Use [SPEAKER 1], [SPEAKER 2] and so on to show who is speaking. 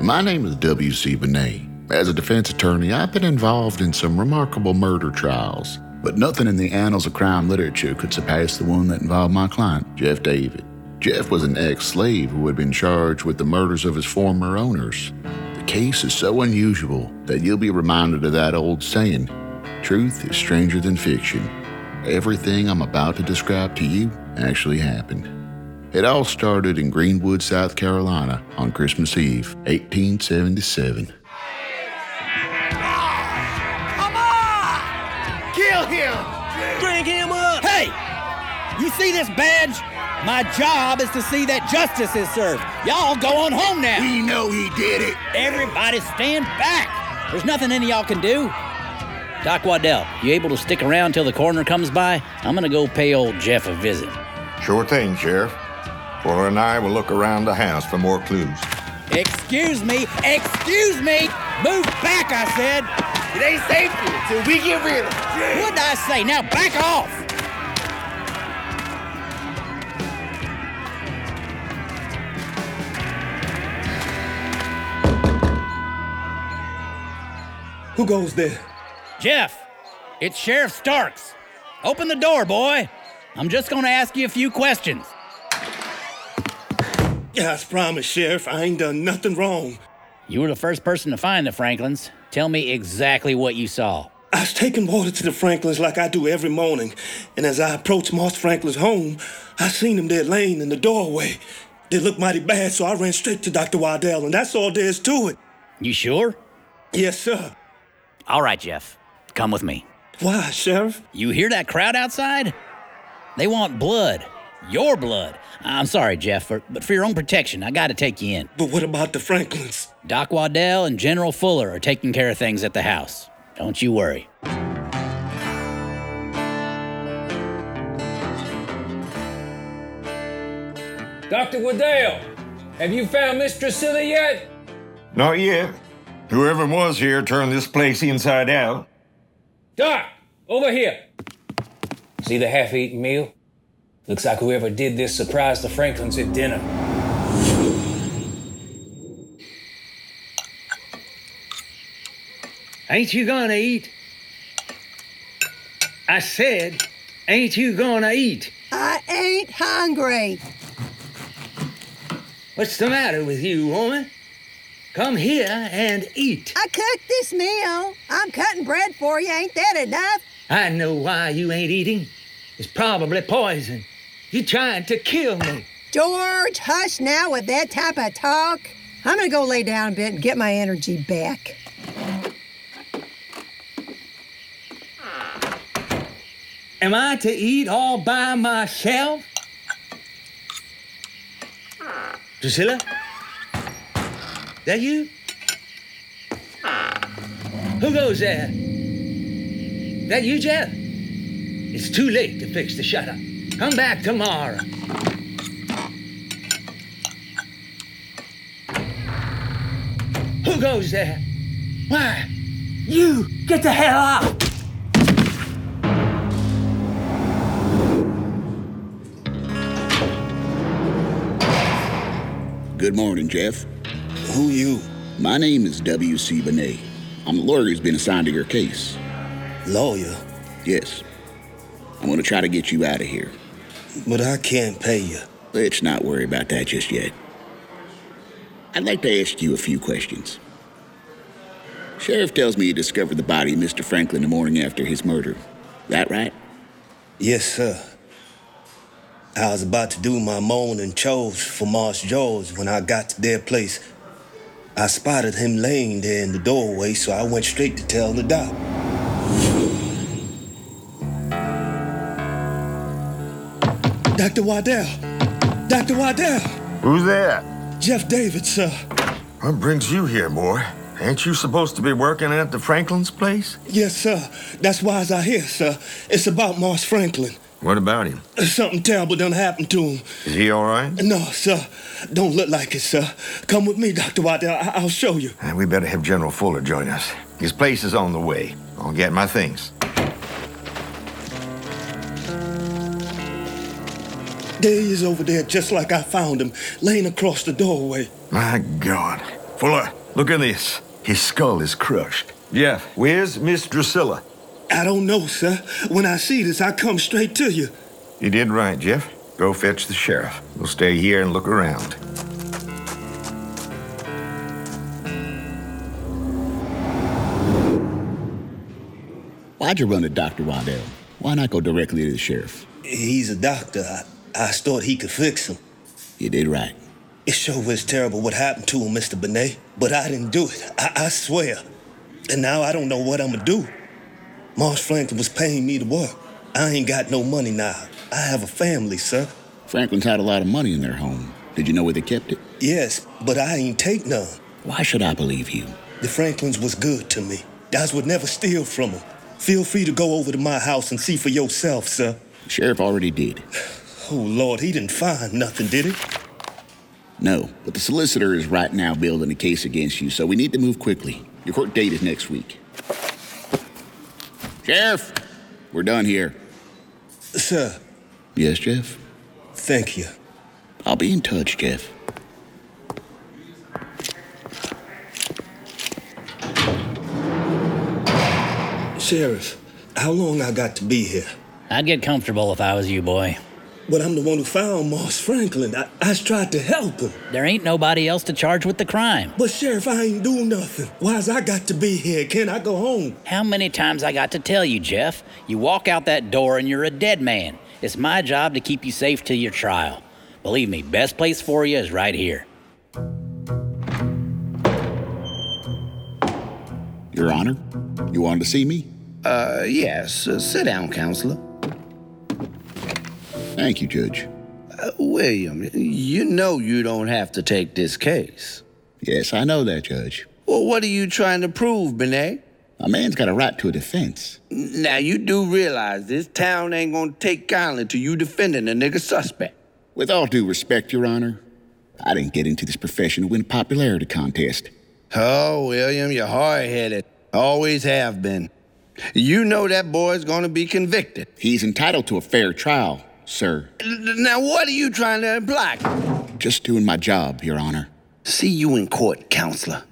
[SPEAKER 1] My name is W.C. Benet. As a defense attorney, I've been involved in some remarkable murder trials, but nothing in the annals of crime literature could surpass the one that involved my client, Jeff David. Jeff was an ex slave who had been charged with the murders of his former owners. The case is so unusual that you'll be reminded of that old saying truth is stranger than fiction. Everything I'm about to describe to you actually happened. It all started in Greenwood, South Carolina on Christmas Eve, 1877.
[SPEAKER 2] Come on!
[SPEAKER 3] Kill him!
[SPEAKER 2] Bring him up!
[SPEAKER 4] Hey! You see this badge? My job is to see that justice is served. Y'all go on home now.
[SPEAKER 3] We know he did it!
[SPEAKER 4] Everybody stand back. There's nothing any of y'all can do. Doc Waddell, you able to stick around till the coroner comes by? I'm gonna go pay old Jeff a visit.
[SPEAKER 5] Sure thing, Sheriff. Fuller and I will look around the house for more clues.
[SPEAKER 4] Excuse me, excuse me! Move back, I said!
[SPEAKER 3] It ain't safe here till we get rid of him.
[SPEAKER 4] What'd I say? Now back off!
[SPEAKER 6] Who goes there?
[SPEAKER 4] Jeff, it's Sheriff Starks. Open the door, boy. I'm just gonna ask you a few questions.
[SPEAKER 6] Yeah, I promise, Sheriff, I ain't done nothing wrong.
[SPEAKER 4] You were the first person to find the Franklins. Tell me exactly what you saw.
[SPEAKER 6] I was taking water to the Franklins like I do every morning, and as I approached Marsh Franklin's home, I seen him there laying in the doorway. They looked mighty bad, so I ran straight to Dr. Waddell, and that's all there is to it.
[SPEAKER 4] You sure?
[SPEAKER 6] Yes, sir.
[SPEAKER 4] All right, Jeff. Come with me.
[SPEAKER 6] Why, Sheriff?
[SPEAKER 4] You hear that crowd outside? They want blood. Your blood. I'm sorry, Jeff, for, but for your own protection, I gotta take you in.
[SPEAKER 6] But what about the Franklins?
[SPEAKER 4] Doc Waddell and General Fuller are taking care of things at the house. Don't you worry.
[SPEAKER 7] Dr. Waddell, have you found Miss Drusilla yet?
[SPEAKER 5] Not yet. Whoever was here turned this place inside out.
[SPEAKER 7] Doc, over here. See the half eaten meal? Looks like whoever did this surprised the Franklins at dinner.
[SPEAKER 8] Ain't you gonna eat? I said, ain't you gonna eat?
[SPEAKER 9] I ain't hungry.
[SPEAKER 8] What's the matter with you, woman? Come here and eat.
[SPEAKER 9] I cooked this meal. I'm cutting bread for you. Ain't that enough?
[SPEAKER 8] I know why you ain't eating. It's probably poison. You trying to kill me.
[SPEAKER 9] George, hush now with that type of talk. I'm gonna go lay down a bit and get my energy back.
[SPEAKER 8] Am I to eat all by myself? Drusilla? That you? Who goes there? That you, Jeff? It's too late to fix the shutter. Come back tomorrow. Who goes there? Why? You! Get the hell out!
[SPEAKER 1] Good morning, Jeff.
[SPEAKER 6] Who you?
[SPEAKER 1] My name is W.C. Benet. I'm the lawyer who's been assigned to your case.
[SPEAKER 6] Lawyer.
[SPEAKER 1] Yes. I'm going to try to get you out of here.
[SPEAKER 6] But I can't pay you.
[SPEAKER 1] Let's not worry about that just yet. I'd like to ask you a few questions. Sheriff tells me you discovered the body of Mr. Franklin the morning after his murder. That right?
[SPEAKER 6] Yes, sir. I was about to do my morning chores for Marsh George when I got to their place. I spotted him laying there in the doorway, so I went straight to tell the doc. Dr. Waddell! Dr. Waddell!
[SPEAKER 5] Who's that?
[SPEAKER 6] Jeff David, sir.
[SPEAKER 5] What brings you here, boy? Ain't you supposed to be working at the Franklin's place?
[SPEAKER 6] Yes, sir. That's why I here, sir. It's about Marsh Franklin.
[SPEAKER 5] What about him?
[SPEAKER 6] Something terrible done happened to him.
[SPEAKER 5] Is he all right?
[SPEAKER 6] No, sir. Don't look like it, sir. Come with me, Dr. Waddell. I- I'll show you.
[SPEAKER 5] Uh, We better have General Fuller join us. His place is on the way. I'll get my things.
[SPEAKER 6] There he is over there, just like I found him, laying across the doorway.
[SPEAKER 5] My God. Fuller, look at this. His skull is crushed. Jeff, where's Miss Drusilla?
[SPEAKER 6] I don't know, sir. When I see this, I come straight to you.
[SPEAKER 5] You did right, Jeff. Go fetch the sheriff. We'll stay here and look around.
[SPEAKER 1] Why'd you run to Dr. Waddell? Why not go directly to the sheriff?
[SPEAKER 6] He's a doctor. I, I just thought he could fix him.
[SPEAKER 1] You did right.
[SPEAKER 6] It sure was terrible what happened to him, Mr. Benet, but I didn't do it. I, I swear. And now I don't know what I'm gonna do. Marsh Franklin was paying me to work. I ain't got no money now. I have a family, sir.
[SPEAKER 1] Franklin's had a lot of money in their home. Did you know where they kept it?
[SPEAKER 6] Yes, but I ain't take none.
[SPEAKER 1] Why should I believe you?
[SPEAKER 6] The Franklins was good to me. Guys would never steal from them. Feel free to go over to my house and see for yourself, sir.
[SPEAKER 1] The sheriff already did.
[SPEAKER 6] Oh, Lord, he didn't find nothing, did he?
[SPEAKER 1] No, but the solicitor is right now building a case against you, so we need to move quickly. Your court date is next week. Sheriff, we're done here.
[SPEAKER 6] Sir,
[SPEAKER 1] Yes, Jeff?
[SPEAKER 6] thank you.
[SPEAKER 1] I'll be in touch, Jeff.
[SPEAKER 6] Sheriff, how long I got to be here?
[SPEAKER 4] I'd get comfortable if I was you, boy.
[SPEAKER 6] But I'm the one who found Marsh Franklin. I, I tried to help him.
[SPEAKER 4] There ain't nobody else to charge with the crime.
[SPEAKER 6] But Sheriff, I ain't do nothing. Why's I got to be here? Can I go home?
[SPEAKER 4] How many times I got to tell you, Jeff? You walk out that door and you're a dead man. It's my job to keep you safe till your trial. Believe me, best place for you is right here.
[SPEAKER 1] Your Honor, you wanted to see me?
[SPEAKER 3] Uh, yes. Uh, sit down, counselor.
[SPEAKER 1] Thank you, Judge.
[SPEAKER 3] Uh, William, you know you don't have to take this case.
[SPEAKER 1] Yes, I know that, Judge.
[SPEAKER 3] Well, what are you trying to prove, Benet?
[SPEAKER 1] A man's got a right to a defense.
[SPEAKER 3] Now, you do realize this town ain't gonna take kindly to you defending a nigga suspect.
[SPEAKER 1] With all due respect, Your Honor, I didn't get into this profession to win a popularity contest.
[SPEAKER 3] Oh, William, you're hard headed. Always have been. You know that boy's gonna be convicted.
[SPEAKER 1] He's entitled to a fair trial, sir.
[SPEAKER 3] N- Now, what are you trying to imply?
[SPEAKER 1] Just doing my job, Your Honor.
[SPEAKER 3] See you in court, counselor.